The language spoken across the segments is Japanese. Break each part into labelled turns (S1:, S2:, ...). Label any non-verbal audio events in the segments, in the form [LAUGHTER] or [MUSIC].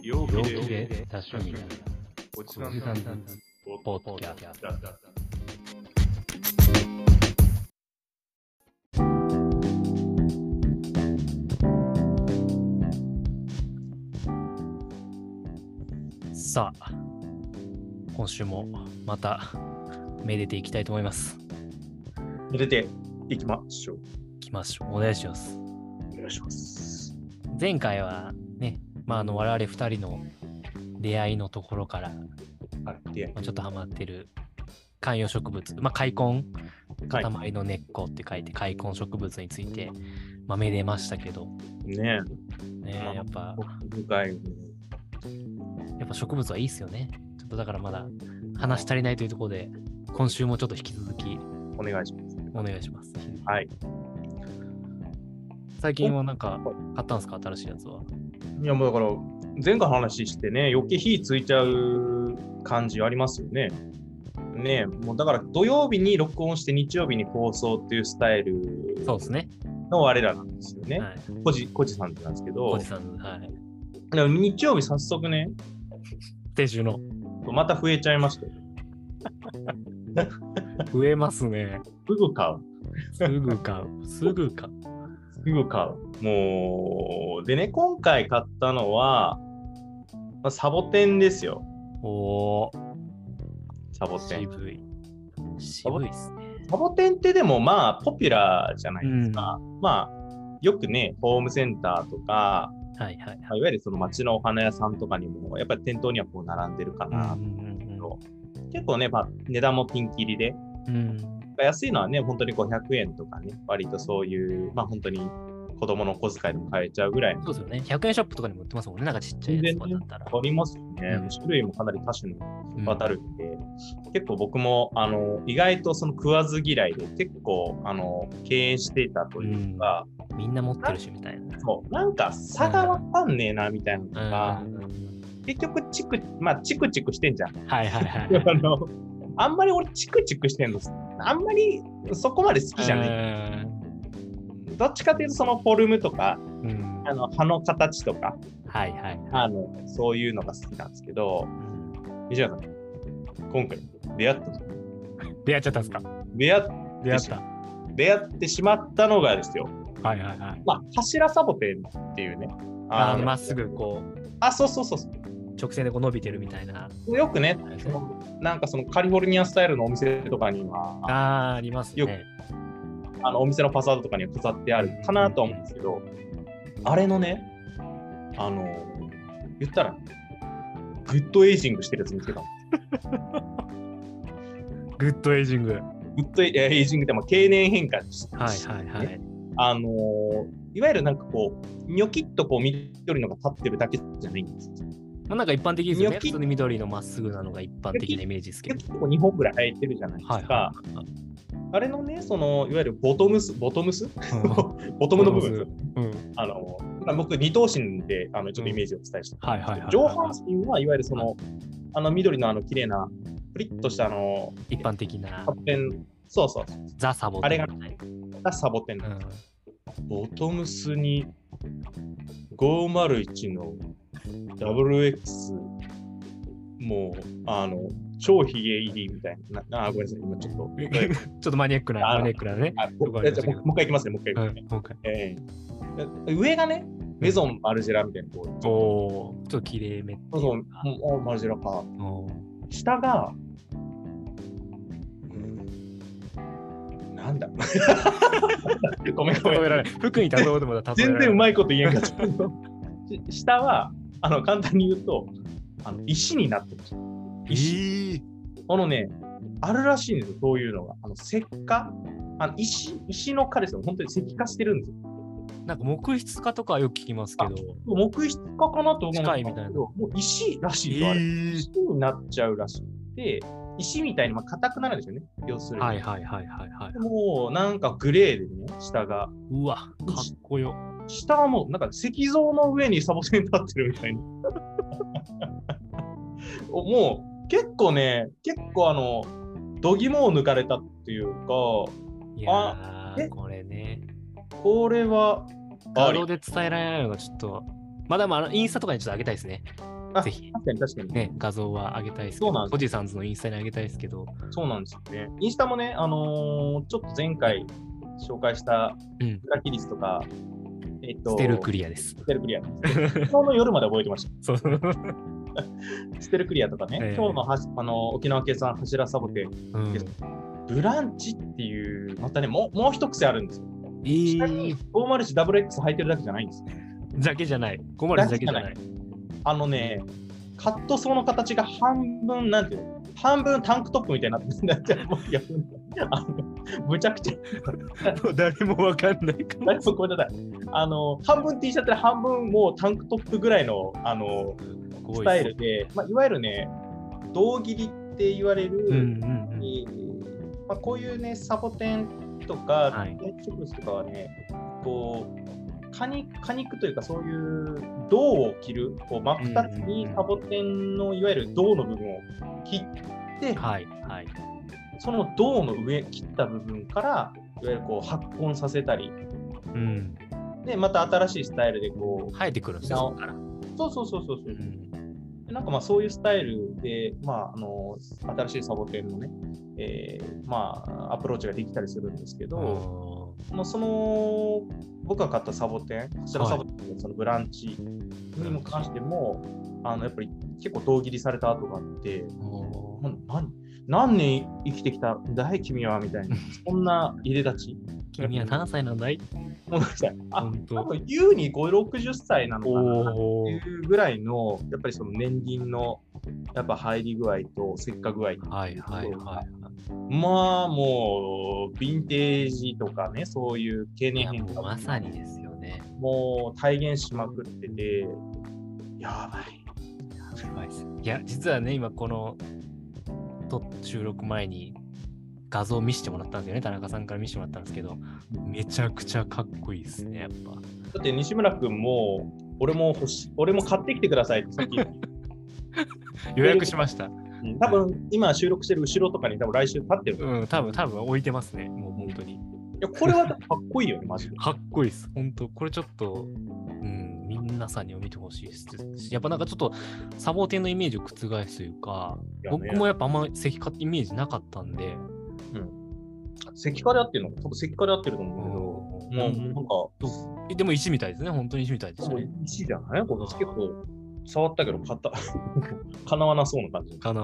S1: 陽気
S2: 陽
S1: で
S2: 気で多趣味な
S1: おじ
S2: お
S1: さん
S2: じさ
S1: だ
S2: んだポッドキャストさあ今週もまためでていきたいと思います
S3: 入れていきましょう。
S2: いきましょうお願いします
S3: お願いします。
S2: 前回はね、まあ、あの我々2人の出会いのところから、ま
S3: はい。で、
S2: あちょっとハマってる観葉植物、まあ、開根
S3: はい
S2: 塊の根っこって書いて開根植物について、まあ、めでましたけど、
S3: ね
S2: ね、
S3: まあ
S2: やっぱ
S3: え、深いね。
S2: やっぱ植物はいいっすよねちょっとだからまだ話足りないというところで今週もちょっと引き続き
S3: お願いします。
S2: お願いします
S3: はい
S2: 最近はなんか買ったんですか新しいやつはい
S3: や、もうだから、前回の話してね、余計火ついちゃう感じありますよね。ねえ、もうだから土曜日に録音して日曜日に放送っていうスタイル
S2: そうですね
S3: の我らなんですよね。
S2: はい
S3: コジコジさんってなんですけ
S2: お
S3: ど
S2: じ、さんはい
S3: でも日曜日早速ね、
S2: 先週の
S3: また増えちゃいましたよ。
S2: 増えますね
S3: すぐ買う。
S2: すぐ買 [LAUGHS] うすぐ買う
S3: すぐ買う。もう、でね、今回買ったのは、まあサボテンですよ。
S2: おー
S3: サボテン。
S2: 渋い渋いっすね
S3: サボテンってでもまあ、ポピュラーじゃないですか。まあ、よくね、ホームセンターとか、
S2: はいはい
S3: まあいわゆるその街のお花屋さんとかにも、やっぱり店頭にはこう並んでるか
S2: は
S3: な。
S2: いうん
S3: ど結構ね、まあ、値段もピンキリで、
S2: うんうん
S3: 安いのはね、本当に500円とかね、割とそういう、まあ本当に子供の小遣いでも買えちゃうぐらいの。
S2: そうですよね100円ショップとかにも売ってますもんねなんかちっちゃいやつとかだったら
S3: ありますよね
S2: うん。
S3: 種類もかなり多種に
S2: うん
S3: 渡るんで、結構僕もあの意外とその食わず嫌いで結構あの敬遠していたというか、
S2: みんな持ってるしみたいな
S3: そうなんか差がわかんねえなみたいなのとか
S2: う、ん
S3: 結局チクまあチクチクしてんじゃん。
S2: はいはいはい [LAUGHS]
S3: [LAUGHS] あのあんまり俺チクチクしてんのあんまりそこまで好きじゃない。
S2: い
S3: どっちかというとそのフォルムとか
S2: うん
S3: あの葉の形とか
S2: はいはい
S3: あのそういうのが好きなんですけど西村さん今回出会った
S2: 出会っちゃったんですか
S3: 出会っ
S2: 出
S3: 会った出会ってしまったのがですよ
S2: はいはいはい
S3: まあ、柱サボテンっていうね。
S2: あ
S3: の
S2: まっすぐこう
S3: あ、そうそうそうそ
S2: 直線でこう伸びてるみたいな
S3: う。よくね、
S2: あ
S3: そのなんかそのカリフォルニアスタイルのお店とかには、
S2: あーあります
S3: よく
S2: ね
S3: あのお店のファサードとかには飾ってあるかなとは思うんですけど、あれのね、あの、言ったら、グッドエイジングしてるやつ見つけたの。
S2: グッドエイジングはい
S3: グッドエイジングって、まあ、経年変化し
S2: はいは
S3: ね
S2: い
S3: あの、いわゆるなんかこう、ニョキッとこう緑のが立ってるだけじゃないんですよ。
S2: まあなんか一般的ですよね
S3: ニョキ
S2: 普通に緑のまっすぐなのが一般的なイメージですけ
S3: 結
S2: ど
S3: 構2本ぐらい生えてるじゃないですか。
S2: はいは
S3: あれのね、そのいわゆるボトムス、ボトムス、
S2: いうん
S3: ボトムの部分、
S2: うん
S3: あのまあ僕、二頭身であのちょっとイメージをお伝えして、
S2: はいはいはい
S3: 上半身はいわゆるその、あの緑のあの綺麗な、プリッとしたあの、
S2: 一般的な
S3: サボテン、そうそう、
S2: ザサボテン
S3: あれが
S2: みたい
S3: サボテン、
S2: なうん
S3: ボトムスに501の WX、もう、あの、超ヒゲ入りみたいな、なあ、ごめんなさい、今ちょっと。
S2: [LAUGHS] ちょっとマニアックな
S3: あ
S2: マニアックなね
S3: あ
S2: わかりました
S3: じゃあもうもう一回いきますね、もう一
S2: う
S3: 回いきますね。
S2: ん今回
S3: ええ上がね、メゾン・マルジェラみたいな、こう、
S2: おおーちょっと綺麗めって
S3: そう
S2: い
S3: そうう
S2: か
S3: おマルジェラか。
S2: おー
S3: 下が、なんだ [LAUGHS] ごめんごめ
S2: 例え
S3: ん。
S2: られない服に例えようと思ったら例えら
S3: 全
S2: れ
S3: 然う
S2: ない。
S3: まいこと言え [LAUGHS] んかった。し下は、あの、簡単に言うと、あの石になってました。
S2: [LAUGHS] ええ
S3: あのね、あるらしいんですよ、そういうのが。あの石化あの石石の彼ですよ、本当に石化してるんですよ。
S2: なんか木質化とかはよく聞きますけど。
S3: 木質化かなと思うんです
S2: 近いみたいな
S3: もう石らしいよ、あれ。
S2: え
S3: 石になっちゃうらしい。で、石みたいにまあ硬くなるんですよね、要するに。
S2: はいはいはいはいはい。
S3: もうなんかグレーでね、下が。
S2: うわ、かっこよ。
S3: 下はもうなんか石像の上にサボテン立ってるみたいな。 [LAUGHS] おもう結構ね、結構あの、度肝を抜かれたっていうか、
S2: いやー、
S3: え
S2: これね。
S3: これは、
S2: 画像で伝えられないのがちょっと。まあでもあのインスタとかにちょっと上げたいですね。
S3: あ
S2: ぜひ、
S3: 確かに確かに。
S2: ね、画像は上げたいですけ
S3: そうなん
S2: ど、
S3: です
S2: ポジさんズのインスタに上げたいですけど、
S3: そうなんですよね。インスタもね、あのーちょっと前回紹介した
S2: うん、
S3: ブラキリスとか、えっと、
S2: ステルクリアです。
S3: ステルクリア。昨日の夜まで覚えてまし
S2: そう
S3: た。ステルクリアとかね、
S2: ええ
S3: 今日のはしあの沖縄系さん柱サボテン、
S2: うん、
S3: ブランチっていう、またね、もうもう一癖あるんですよ。
S2: え
S3: 下に
S2: ー、
S3: 501ダブル X 履いてるだけじゃないんですね。
S2: だけじゃない。困るだけじゃない。
S3: あのね、カットソーの形が半分、なんていうの半分タンクトップみたいになってるん [LAUGHS] だって、もういやあのむちゃくちゃ、
S2: もう誰もわかんない [LAUGHS] かも。
S3: 誰もこれだあの半分 T シャツで半分もうタンクトップぐらいのあのスタイルで、まあ、いわゆるね、胴切りって言われる、
S2: うんうんうん。
S3: えーまあ、こういうねサボテンとか
S2: はい
S3: 動植物とかはねこう果肉果肉というかそういう銅を切るこう真っ二つ
S2: うんうん
S3: に
S2: うん
S3: サボテンのいわゆる銅の部分を切って
S2: はいはい。
S3: その銅の上切った部分からいわゆるこう発根させたり
S2: うん。
S3: でまた新しいスタイルでこ
S2: 生えてくるんですよ、
S3: なお
S2: そこから。
S3: うそうそうそうそうそううんでなんかまあそういうスタイルで、まあ、あの新しいサボテンのね、えーまあ、アプローチができたりするんですけど、もうその僕が買ったサボテン、柱サボテンのそのブランチにも関しても、あのやっぱり結構胴切りされた跡があって、
S2: も
S3: ほん何何年生きてきたんだい、君はみたいな、そんな入れ立ち。
S2: う
S3: [LAUGHS]
S2: 君は何歳なんだい
S3: もうなんかあ
S2: 本
S3: 多
S2: 当。
S3: 分優に5、60歳なのかなっ
S2: お
S3: て
S2: ー
S3: いうぐらいの、やっぱりその年輪のやっぱ入り具合と石化具合
S2: はいはいは
S3: まあもう、ヴィンテージとかね、そういう経
S2: い。い
S3: 年
S2: や
S3: 変
S2: もう
S3: 化
S2: まさにですよね。
S3: もう体現しまくってて、やばい。
S2: いや、実はね、今このと収録前に画像を見せてもらったんですよね、田中さんから見せてもらったんですけど、めちゃくちゃかっこいいですね、やっぱ。
S3: だって西村君も、俺も欲しい、俺も買ってきてくださいってさっき、
S2: 予約しました。 [LAUGHS]
S3: うん多分今収録してる後ろとかに多分来週立ってる。い
S2: うん、多分多分置いてますね、もう本当に。
S3: や、これはかっこいいよね、マジで。
S2: かっこいいです。本当これちょっと、うん、皆さんにも見てほしいです。やっぱなんかちょっと、サボテンのイメージを覆すというか、 [LAUGHS] 僕も
S3: や、
S2: やっぱあんま石化ってイメージなかったんで、
S3: 石化で合ってるの多分石化で合ってると思うけど、もうなんか、
S2: えでも石みたいですね、本当に石みたいです
S3: も
S2: よ
S3: う
S2: ね。
S3: 石じゃないこれ結構、触ったけど、かた、 [LAUGHS] かなわなそうな感じ。
S2: かな。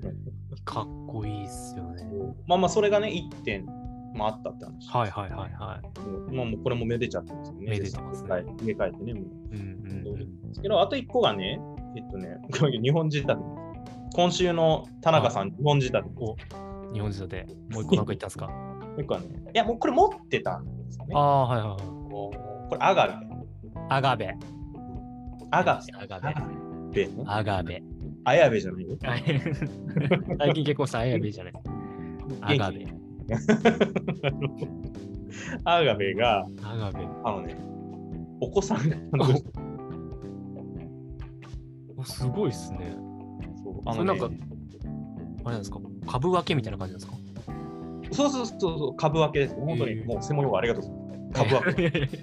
S2: [LAUGHS] かっこいいっすよね。
S3: まあまあ、それがね、1点、まあ、あったって話。
S2: はいはいはいはい。
S3: まあ、もうこれもめでちゃってますよね。
S2: めでてますね
S3: はい植え替えてね、もう。
S2: うんうん
S3: けど、あと一個がね、えっとね、これ日本仕立て。今週の田中さん、日本仕立て。も
S2: うん、日本人でもう一個なんか言ったん
S3: [LAUGHS]
S2: すか
S3: う一個はね、いや、もうこれ持ってたんですよね。
S2: ああ、はいはいはい。
S3: もうこれ、アガベ。
S2: アガベ。
S3: アガ
S2: アガベ。
S3: ベ。
S2: アガベ。
S3: アヤベじゃないよ。
S2: はい
S3: [LAUGHS]
S2: 最近結婚したアヤベじゃないアガベ
S3: 元。気アガベが、
S2: アガベ。
S3: あのね、お子さんが誕生した
S2: おすごいっすね。
S3: そう
S2: あ
S3: あ
S2: の
S3: の
S2: な
S3: ね
S2: んか、あれなんですか株分けみたいな感じなんですか
S3: そうそうそうそう、株分けです。本当に、
S2: えー
S3: もう専門用語ありがとうございます。株分
S2: [LAUGHS]
S3: け。
S2: 分け。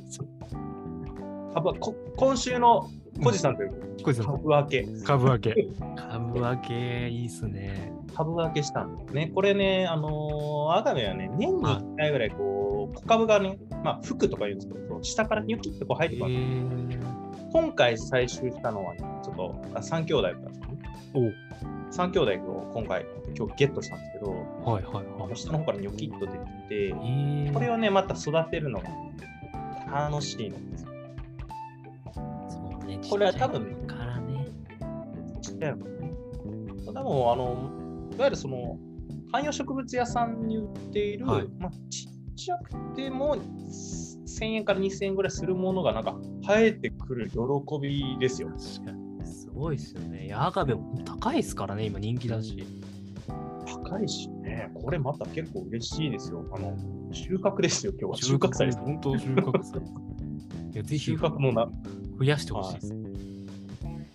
S3: 株分けこ今週の小路さんという
S2: こいつ
S3: 株分け。 [LAUGHS]
S2: 株分け。株分け、いいっすね。
S3: 株分けしたんですね。これね、あのー、アガベはね、年に1回ぐらい、こう、小株がね、まあ、服とか言うんですけど、下からニョキってこう生えてくる、
S2: ー、
S3: 今回採集したのはね、ちょっと、あ3兄弟だったんですけどね。
S2: お
S3: 3兄弟を今回、今日ゲットしたんですけど、
S2: はいはいはい。
S3: 下の方からニョキっと出て
S2: え
S3: て、
S2: ー、
S3: これをね、また育てるのが楽しいんですよ。
S2: そうね、
S3: これは多分
S2: ちっちゃい頃からね。
S3: ちっちゃいのね。多分、あの、いわゆるその、観葉植物屋さんに売っている、
S2: はい
S3: まあ、ちっちゃくても1000円から2000円ぐらいするものが、なんか、生えてくる喜びですよ。
S2: 確かに。すごいですよね。いやアガベも高いですからね、今人気だし。
S3: 高いしね、これまた結構嬉しいですよ。あの、収穫ですよ、今日は。収穫祭です。
S2: 本当収穫祭。いや、ぜひ
S3: 収
S2: 増
S3: 穫もな
S2: やしてほしいです。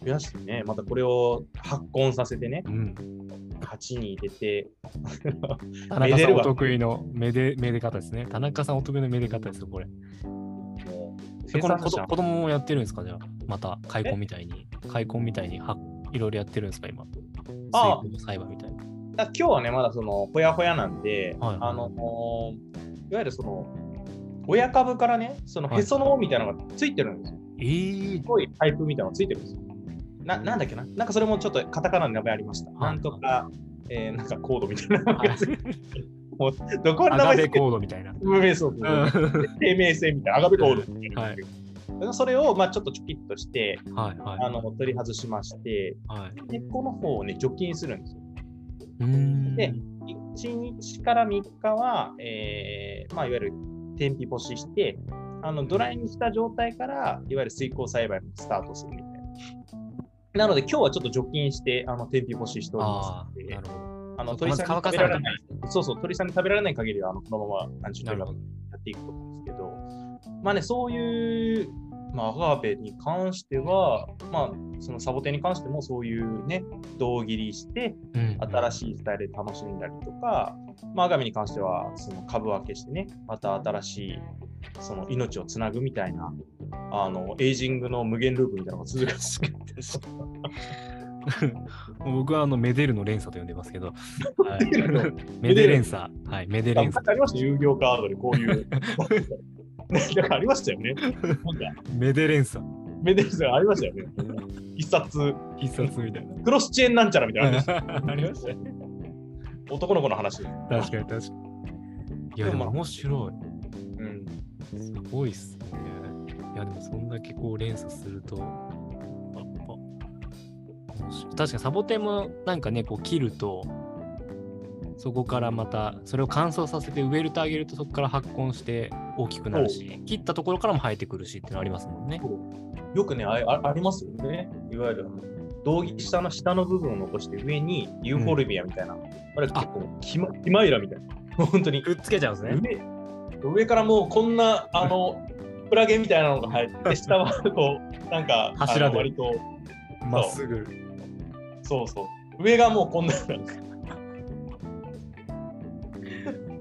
S3: 増やしてね、またこれを発根させてね、
S2: うん。
S3: 鉢に入れて、
S2: 田
S3: め
S2: 中
S3: で
S2: さん
S3: る
S2: お
S3: わ
S2: 得意のめでめで方ですね。田中さんお得意のめで方ですよ、これ。
S3: も
S2: え
S3: 生
S2: この
S3: 産
S2: 子
S3: 者
S2: ど子供もやってるんですかじゃあまた開墾みたいに開墾みたいにはいろいろやってるんですか今
S3: ああ
S2: 水耕栽培みたいな
S3: だから今日はね、まだそのほやほやなんで、
S2: はい
S3: あのもういわゆるその親株からね、そのへその緒みたいなのがついてるんですよ。
S2: えー
S3: す、ごいパイプみたいなのがついてるんですよ。ななんだっけななんかそれもちょっとカタカナの名前ありました。
S2: はい
S3: なんとか、えーなんかコードみたいなの
S2: はい
S3: がついてる。もう [LAUGHS] どこに
S2: ア
S3: 名
S2: ガ
S3: 前
S2: ベ
S3: つけて
S2: コードみたいな、
S3: 無名そう
S2: うん、
S3: そう
S2: は
S3: 生命線みたいな、アガベコードみたいなのがついてる。それを、まあ、ちょっとチョキッとして、
S2: いは
S3: あの取り外しまして、
S2: いはい
S3: 根っこの方をね、除菌するんですよ。
S2: うーん
S3: で1日から3日は、えーまあ、いわゆる天日干しして、あのドライにした状態から、いわゆる水耕栽培のスタートするみたいな。なので、今日はちょっと除菌して、あの天日干ししておりま
S2: あ
S3: すの
S2: あ
S3: で
S2: なるほど
S3: あの
S2: そう
S3: 鳥さんに
S2: まず乾か
S3: 食べ
S2: さな
S3: ら
S2: い
S3: れない、そうそう、鳥さんに食べられない限りは、あのこのまま何十
S2: な
S3: 年
S2: る
S3: か
S2: ほど
S3: やっていくと思うんですけど、まあね、そういう、まあ、アガーベに関しては、まあ、そのサボテンに関しても、そういうね、胴切りして、
S2: うん
S3: 新しいスタイルで楽しんだりとか、まあ、アガミに関しては、その株分けしてね、また新しい、その命をつなぐみたいな、あの、エイジングの無限ループみたいなのが続くんですけど。
S2: 僕はあのメデルの連鎖と呼んでますけど、 [LAUGHS] はい
S3: メデル
S2: メデ連鎖、はい、メデ
S3: あ
S2: 連鎖、
S3: ありました、有業カードでこういう。なんかありましたよね。なんか、
S2: メデ連鎖、
S3: メデルさんありましたよね。一冊、
S2: 必殺みたいな。
S3: クロスチェーンなんちゃらみたいなのありました。
S2: [LAUGHS] ありましたね。
S3: 男の子の話。
S2: [LAUGHS] 確かに確かに。いや、でも面白
S3: うん。
S2: い。すごいっすね。いや、でもそんだけこう連鎖すると、やっぱ面白い確かにサボテンもなんかね、こう切ると、そこからまた、それを乾燥させて植えるとあげると、そこから発根して大きくなるし、切ったところからも生えてくるしってのありますもんね。
S3: よくねあれ、あありますよね。いわゆるあの、道着下の下の部分を残して上にユーフォルビアみたいな。あれ結構キマ、キマイラみたいな。もう本当に。
S2: くっつけちゃうんですね。
S3: 上上からもうこんな、あ
S2: [LAUGHS]
S3: の、クラゲみたいなのが入って、下はこう、なんか、
S2: 柱
S3: あ
S2: で
S3: の割と、
S2: まっすぐ。
S3: そうそう。上がもうこんな、なんか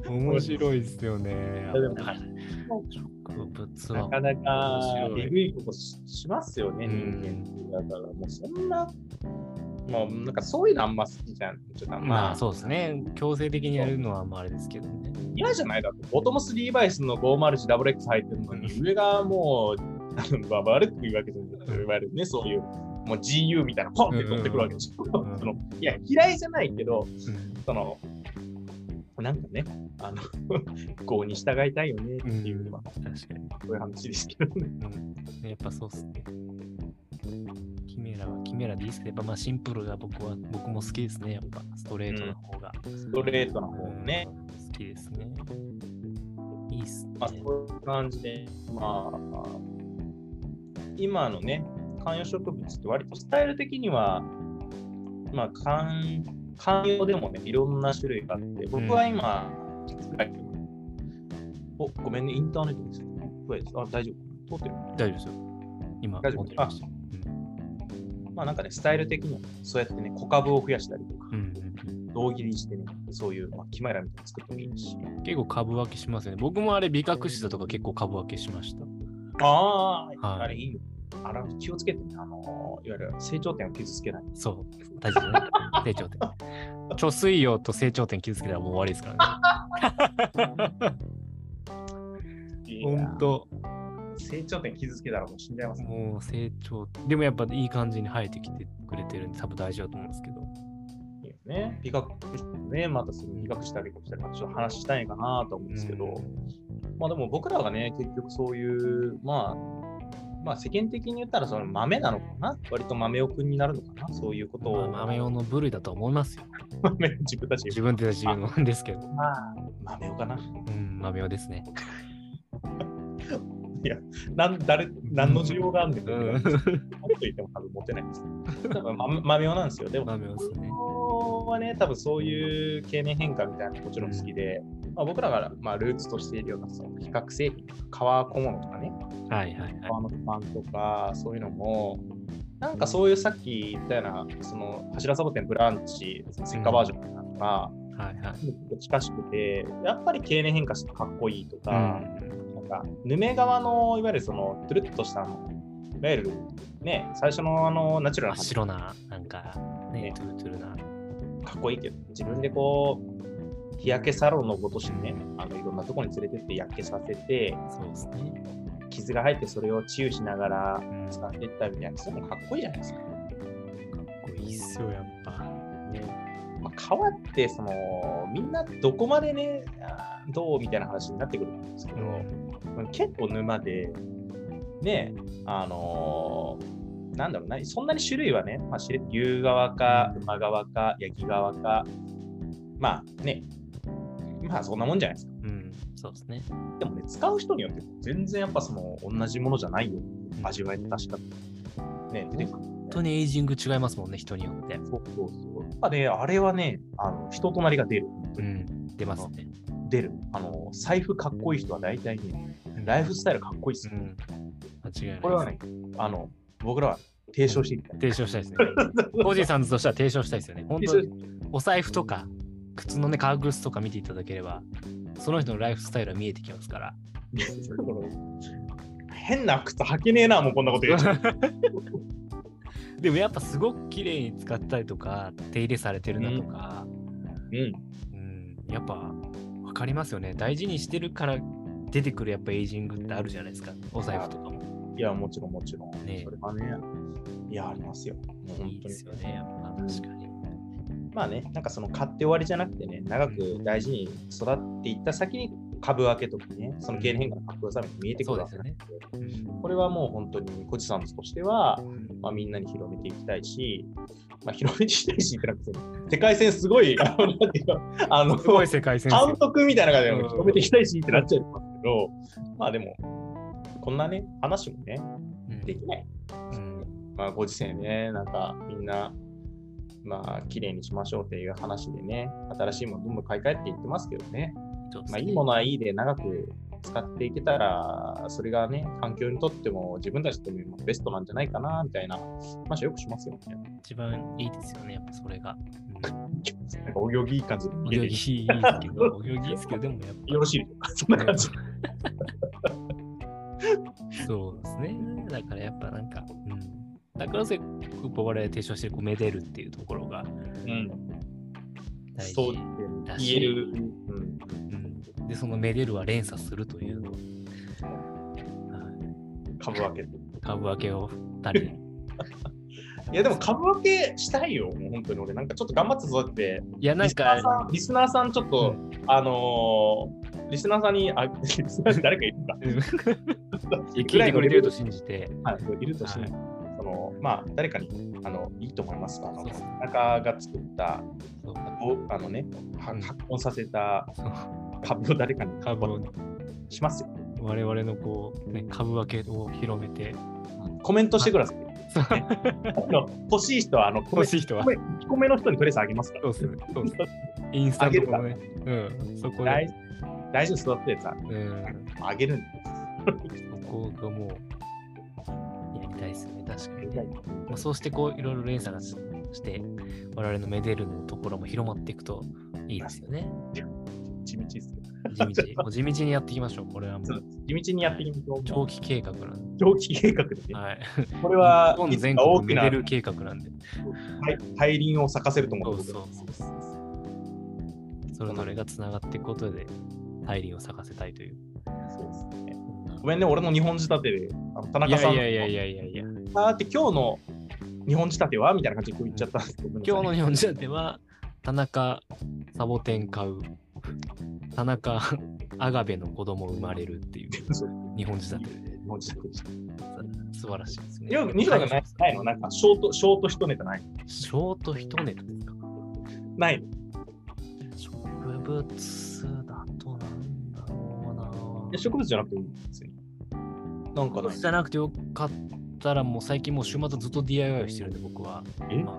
S2: 面白いですよね。
S3: やでも
S2: だから植物
S3: な
S2: は
S3: かなか
S2: 面白い
S3: えぐいことししますよね、
S2: う
S3: 人
S2: ん
S3: 間って。だからもうそんな、まあなんかそういうのあんま好きじゃん。ちょっとあんま
S2: まあそうですね。強制的にやるのはまああれですけどね。
S3: 嫌じゃないだって、ボトムスリーバイスの 501WX 入ってるのに、上がもう、あのババレっていうわけじゃない。いわゆるね、そういう、もう GU みたいなポンって取ってくるわけでしょ。[LAUGHS]
S2: ん
S3: そのいや、嫌いじゃないけど、その、なんかね、あの、 [LAUGHS] 合に従いたいよねっていう、まあ
S2: 確かに、
S3: そういう話ですけどね。
S2: うん。やっぱそうっすね。キメラはキメラでいいっすけど、やっぱまあシンプルが僕は僕も好きですね。やっぱストレートな方が。
S3: ストレートな方ね。
S2: 好きですね。いいっすね。
S3: まあ、そういう感じで、まあ、今のね、観葉植物って割とスタイル的には、まあ、観観葉でもね、いろんな種類があって、僕は今、おごめんね、インターネットです。声ですあ、大丈夫。通ってる。
S2: 大丈夫ですよ。今、
S3: 大丈夫
S2: 戻りました。
S3: まあ、なんかね、スタイル的には、そうやってね、小株を増やしたりとか、
S2: うんうんうん
S3: 胴切りしてね、そういう、まあ、キマイラみたいなの作ってもいいし。
S2: 結構株分けしますよね。僕もあれ、美覚室だとか結構株分けしました。
S3: ああ、
S2: はい
S3: あれいいよ。あら、気をつけてね、あのいわゆる成長点を傷つけない。
S2: そう、大事だ [LAUGHS] ね。成長点。貯水葉と成長点傷つけたらもう終わりですからね。 [LAUGHS] 本当
S3: 成長点傷つけたらもう死んじゃいますね。
S2: もう成長。でもやっぱいい感じに生えてきてくれてるんで、多分大丈夫だと思うんですけど。
S3: いいよね。美学ね、またその美学したり美学したり、またちょっと話したいかなと思うんですけど、まあでも僕らがね、結局そういう、まあ、まあ世間的に言ったらその豆なのかな割と豆を君になるのかなそういうこと
S2: まあ
S3: を、
S2: 豆用の部類だと思いますよ。
S3: 豆を自分たち
S2: 自分で自分なんですけど。
S3: まあ、豆をかな
S2: うん、豆用ですね。
S3: なん誰何の需要があるんだよ、
S2: うん
S3: もっと言っても多分持てないです。多分ま豆をなんですよ。でも
S2: 豆用ですね。
S3: 僕はね、多分そういう経年変化みたいなのももちろん好きで、まあ、僕らが、まあ、ルーツとしているようなその比較製品、革小物とかね、
S2: はいはいはい。
S3: 革のパンとか、そういうのも、なんかそういうさっき言ったような、その柱サボテンブランチ、その石化バージョンみたいなのが、
S2: はいはい。
S3: 結構近しくて、やっぱり経年変化してかっこいいとか、
S2: うん
S3: か、ヌメ革の、いわゆるその、トゥルッとした、あのいわゆる、ね、最初のあの、ナチュラ
S2: 真
S3: ル
S2: っ
S3: な
S2: 白な、なんか、ね
S3: ね、
S2: トゥルトゥルな。
S3: かっこいいけど、自分でこう、日焼けサロンのごとしにね、あのいろんなところに連れてって焼けさせて、
S2: そうですね。
S3: 傷が入ってそれを治癒しながら
S2: うん
S3: 使っていったみたいな、それもかっこいいじゃないですか。
S2: かっこいいっすよ、やっぱ。ね。
S3: まあ、革ってその、みんなどこまでね、あーどうみたいな話になってくると思うんですけど、結構沼で、ね、あのーなんだろうな、そんなに種類はね、まあ、知れ牛側か、馬側か、焼き側か、まあね、まあそんなもんじゃないですか。
S2: うん、そうですね。
S3: でもね、使う人によって全然やっぱその同じものじゃないよ、味わいの出し方。ね、出てくる。
S2: 本当にエイジング違いますもんね、人によって。
S3: そうそうそう。やっぱね、あれはね、あの人となりが出る。
S2: うん、出ますね。
S3: 出る。あの、財布かっこいい人は大体ね、ライフスタイルかっこいいです
S2: う
S3: よ。
S2: ん。間違いない。
S3: これはね、、あの、僕らは提唱していきたい。
S2: 提唱したいで
S3: [LAUGHS]
S2: すね。コージーさんとしては提唱したいですよね。本当にお財布とか、靴のね、革靴とか見ていただければ、その人のライフスタイルは見えてきますから。
S3: 変な靴履けねえな、もうこんなこと言っちゃ
S2: [LAUGHS]
S3: う。
S2: でもやっぱすごく綺麗に使ったりとか、手入れされてるなとか、
S3: うん、
S2: うん、やっぱ分かりますよね。大事にしてるから出てくるやっぱエイジングってあるじゃないですか。お財布とかも。
S3: いや、もちろん、もちろん。
S2: ねえ
S3: それはね、いや、ありますよ。もう
S2: い
S3: 本
S2: い
S3: 当
S2: で
S3: に。
S2: すよね、やっぱ確かに。
S3: まあね、なんかその買って終わりじゃなくてね、長く大事に育っていった先に株分けとかね、その経年変化の株分けが見えてくるわけなんでこれはもう本当に、コチさんとしては、まあ、みんなに広めていきたいし、まあ、広めていきたいしってなくて、世界線すご
S2: [LAUGHS]
S3: い、あの、なんていうか、あの、
S2: すごい世界線です
S3: 監
S2: よ。
S3: 督みたいな感じで
S2: うん
S3: 広めていきたいしってなっちゃいますけど、まあでも、こんなね、話もね、できない。
S2: うん
S3: まあ、ご時世ね、なんかみんな、まあ、綺麗にしましょうっていう話でね、新しいものどんどん買い替えって言ってますけどね、まあ、いいものはいいで長く使っていけたら、それがね、環境にとっても自分たちともベストなんじゃないかな、みたいな話はよくしますよね。
S2: 一番いいですよね、やっぱそれが。うん
S3: なんかお行儀いい感じで
S2: お
S3: 家
S2: 行
S3: で
S2: 儀いいですけど、お行儀いいですけど、でもやっぱ。
S3: よろしいでしょうか、そんな感じ。
S2: そうですね。だからやっぱなんか、うん。だからこそ、我々提唱してるこう、めでるっていうところが
S3: うん、
S2: 大事。
S3: そう
S2: だ
S3: 言
S2: し
S3: える。うん
S2: うんで、そのめでるは連鎖するというのを、は
S3: 株分け。
S2: い株分けをたり。
S3: いや、でも株分けしたいよ、もう本当に俺。なんかちょっと頑張って育ってて、
S2: いや、なん
S3: リスナー
S2: か、
S3: さん、リスナーさんちょっと、あのーリスナーさんに、あ、 [LAUGHS] リスナーに誰かいるのか。
S2: 聞いてくれてると信じて、
S3: はい、いるとして、
S2: はい
S3: その、まあ、誰かに、あの、いいと思います。あの、
S2: そうそう
S3: 田中が作った、
S2: そう
S3: おあのね、は
S2: うん
S3: 発行させた
S2: そう
S3: 株を誰かに
S2: 株を、
S3: しますよ。
S2: 我々のこう、ね、株分けを広めて、
S3: コメントしてください。
S2: そう
S3: あの欲しい人は、あの、コメ
S2: 欲しい人は
S3: コ。メ1個目の人にとりあえずあげますから。
S2: そうっすね。そうっすね。インスタとかもね。うん。そこ
S3: 大
S2: で。
S3: 大事に育ててさ、
S2: うん。
S3: あげるんで
S2: そこがもう、やりたいですよね。確かに
S3: す
S2: ね。
S3: よ。
S2: まあ、そうしてこう、いろいろ連鎖がしして、我々のメデルのところも広まっていくといいですよね。
S3: 地道ですけど [LAUGHS]
S2: 地道。お地道にやっていきましょう。これはも
S3: そうう地道にやっていきましょう。
S2: 長期計画なんで。
S3: 長期計画でね。
S2: はい。
S3: これは
S2: 日本
S3: いつ
S2: 全
S3: か
S2: 国
S3: 大
S2: メ
S3: きな
S2: デル計画なんで。
S3: 大大輪を咲かせると思
S2: そううん
S3: で
S2: そうそう。それぞれがつながっていくことで、大輪を咲かせたいという。
S3: ごめんね、俺の日本仕立てで、あの田
S2: い
S3: 中さ
S2: や
S3: ん
S2: い
S3: の、
S2: やいやいやいやいや。
S3: あーって今日の日本仕立てはみたいな感じでこう言っちゃったんですけど、
S2: 今日の日本人では、田中サボテン買う、田中アガベの子供生まれるっていう
S3: そう
S2: 日本人だって
S3: 日本仕立てでした。
S2: 素晴らしいですね。
S3: よく西野さんないないのなんかショート、ショート一ネタない
S2: ショート一ネタですか
S3: ないの
S2: 植物だとなんだろう
S3: いや
S2: な。
S3: 植物じゃなくていいんですよ。なんかない
S2: 植物。じゃなくてよかったら、もう最近もう週末ずっと DIY をしてるんで、僕は。
S3: え
S2: 今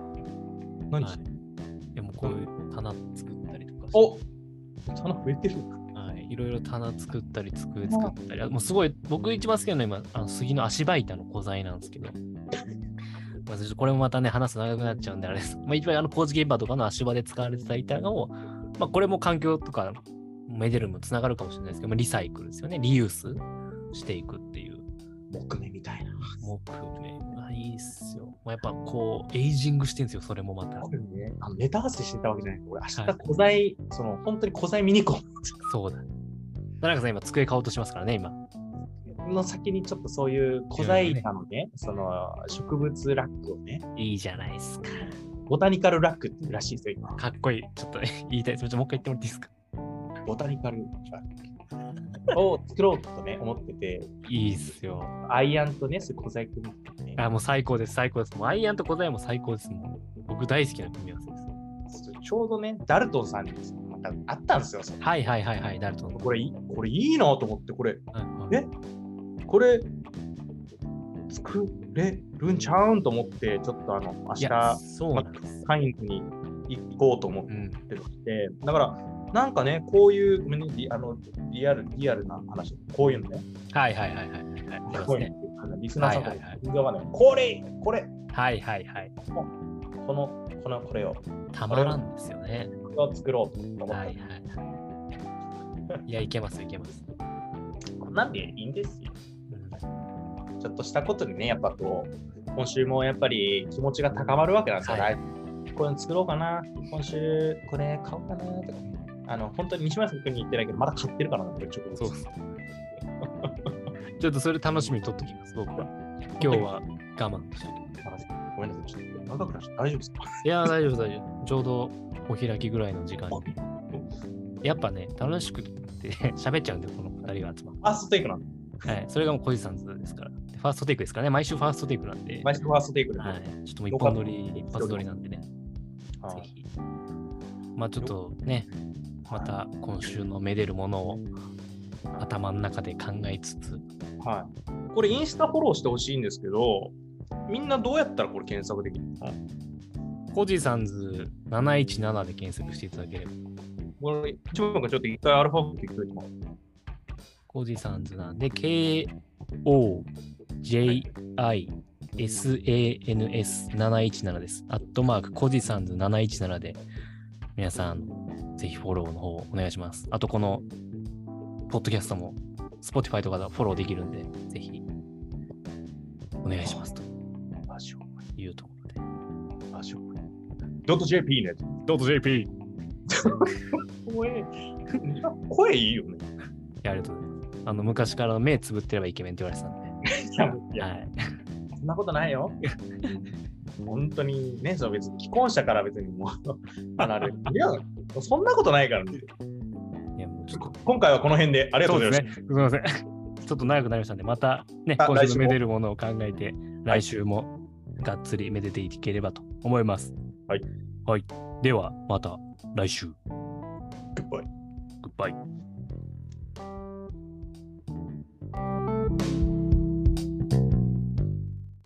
S3: 何
S2: はい、でもこういう棚作ったりとかして
S3: お棚増えてる
S2: はい、いろいろ棚作ったり机作ったりあもうすごい僕一番好きなのは今あの杉の足場板の小材なんですけど、 [LAUGHS] まあ、ちょっとこれもまたね話すと長くなっちゃうんであれです、まあ、一番あの工事現場とかの足場で使われてた板を、まあ、これも環境とかメデルもつながるかもしれないですけど、まあ、リサイクルですよね。リユースしていくっていう。
S3: 木目みたいな。
S2: 木目はいいっすよ。まあ、やっぱこう、エイジングしてんですよ、それもまた
S3: こ。れね、あのネタ合わせしてたわけじゃない俺、明日、古材、その、本当に古材見に行こ
S2: そうだ。田中さん、今、机買おうとしますからね、今。
S3: う。の先にちょっとそういう古材なので、その、植物ラックをね、
S2: いいじゃないですか。
S3: ボタニカルラックっていうらしいですよ、今。
S2: かっこいい。ちょっと言いたいです。ちょっともう一回言ってもらっていいですか。
S3: ボタニカルラックを作ろうとね、思ってて、
S2: いいっすよ。
S3: アイアンとね、そういう古材組み立ててね、
S2: あ、もう最高です、最高です。もうアイアンと小材も最高です。もう僕大好きな組み合わせです。
S3: ちょうどね、ダルトンさんにまたあったんですよ、それ
S2: はいはいはいはい、ダルトン。
S3: これいい、これいいなと思って、これ、
S2: うんうん
S3: えこれ、作れるんちゃうんと思って、ちょっとあの、明
S2: い
S3: 日、
S2: や
S3: ま、
S2: そうなんです。
S3: カインズに行こうと思っ
S2: うん。
S3: てて、だから、なんかね、こういう、ごめんねリあのリアル、リアルな話、こういうのね、
S2: はいはいはいはいはいはい。そうで
S3: こ
S2: す
S3: ういう
S2: ね。
S3: のってあのリスナーさんと
S2: はいはいはい
S3: 全然わかんない。これ、これ、
S2: はいはいはい。
S3: この、この、これを、
S2: たまらんですよね。
S3: これを作ろうと思
S2: はい
S3: っ
S2: はいはい。いや、いけますいけます。
S3: て、こんなんでいいんですよ。
S2: うん
S3: ちょっとしたことにね、やっぱこう、今週もやっぱり気持ちが高まるわけなんですよ、
S2: はい
S3: これ作ろうかな、今週これ買おうかなとか、あの、本当に西村さんに言ってないけど、まだ買ってるからな、これちょっ
S2: そう
S3: と
S2: っ。す。ちょっとそれ楽しみにとっときます、僕は。今日は我慢として。
S3: ごめんなさい、ちょっと長くなっちゃった大丈夫ですか
S2: いやー、大丈夫、大丈夫。ちょうどお開きぐらいの時間に。やっぱね、楽しくて [LAUGHS] 喋っちゃうんで、この二人が集まる。
S3: ファーストテイクなんで、
S2: はい、それがもう小路さんズですから。でファーストテイクですからね、毎週ファーストテイクなんで。
S3: 毎週ファーストテイクで。
S2: はい、ちょっともう一本撮り、一発撮りなんでね、
S3: あー
S2: ぜひ。まあちょっとね、また今週のめでるものを頭の中で考えつつ、
S3: はい。これ、インスタフォローしてほしいんですけど、みんなどうやったらこれ検索できるの
S2: コジさんズ717で検索していただければ、
S3: これ、一番かちょっと一回アルファベット言っといてもらう
S2: コジさんズなんで、KOJISANS717 です。アットマーク、コジさんズ717で、皆さん、ぜひフォローの方お願いします。あと、この、ポッドキャストも、Spotify とかでフォローできるんで、ぜひ、お願いしますと
S3: ラジオ、
S2: いうところで。
S3: ラジオ。ドット JP ね。
S2: どうぞ JP! い
S3: 声、 [LAUGHS] 声いいよね。
S2: や、ありがとうございます。あの、昔から目つぶってればイケメンって言われてたんで。
S3: いや、いや
S2: はい。
S3: そんなことないよ。本当にね、そう別に既婚者から別にもう離れる。いや、そんなことないからね。
S2: いや、もうちょっと。
S3: 今回はこの辺でありがと
S2: そうう
S3: ござ
S2: で
S3: いま
S2: すね。すみません。 [LAUGHS] ちょっと長くなりましたんで、またね、
S3: あ
S2: 今週のめ
S3: 来週も
S2: でるものを考えて、来週もがっつりめでていければと思います。
S3: はい。
S2: はい。では、また来週。
S3: した。グッバイ
S2: グッバイ。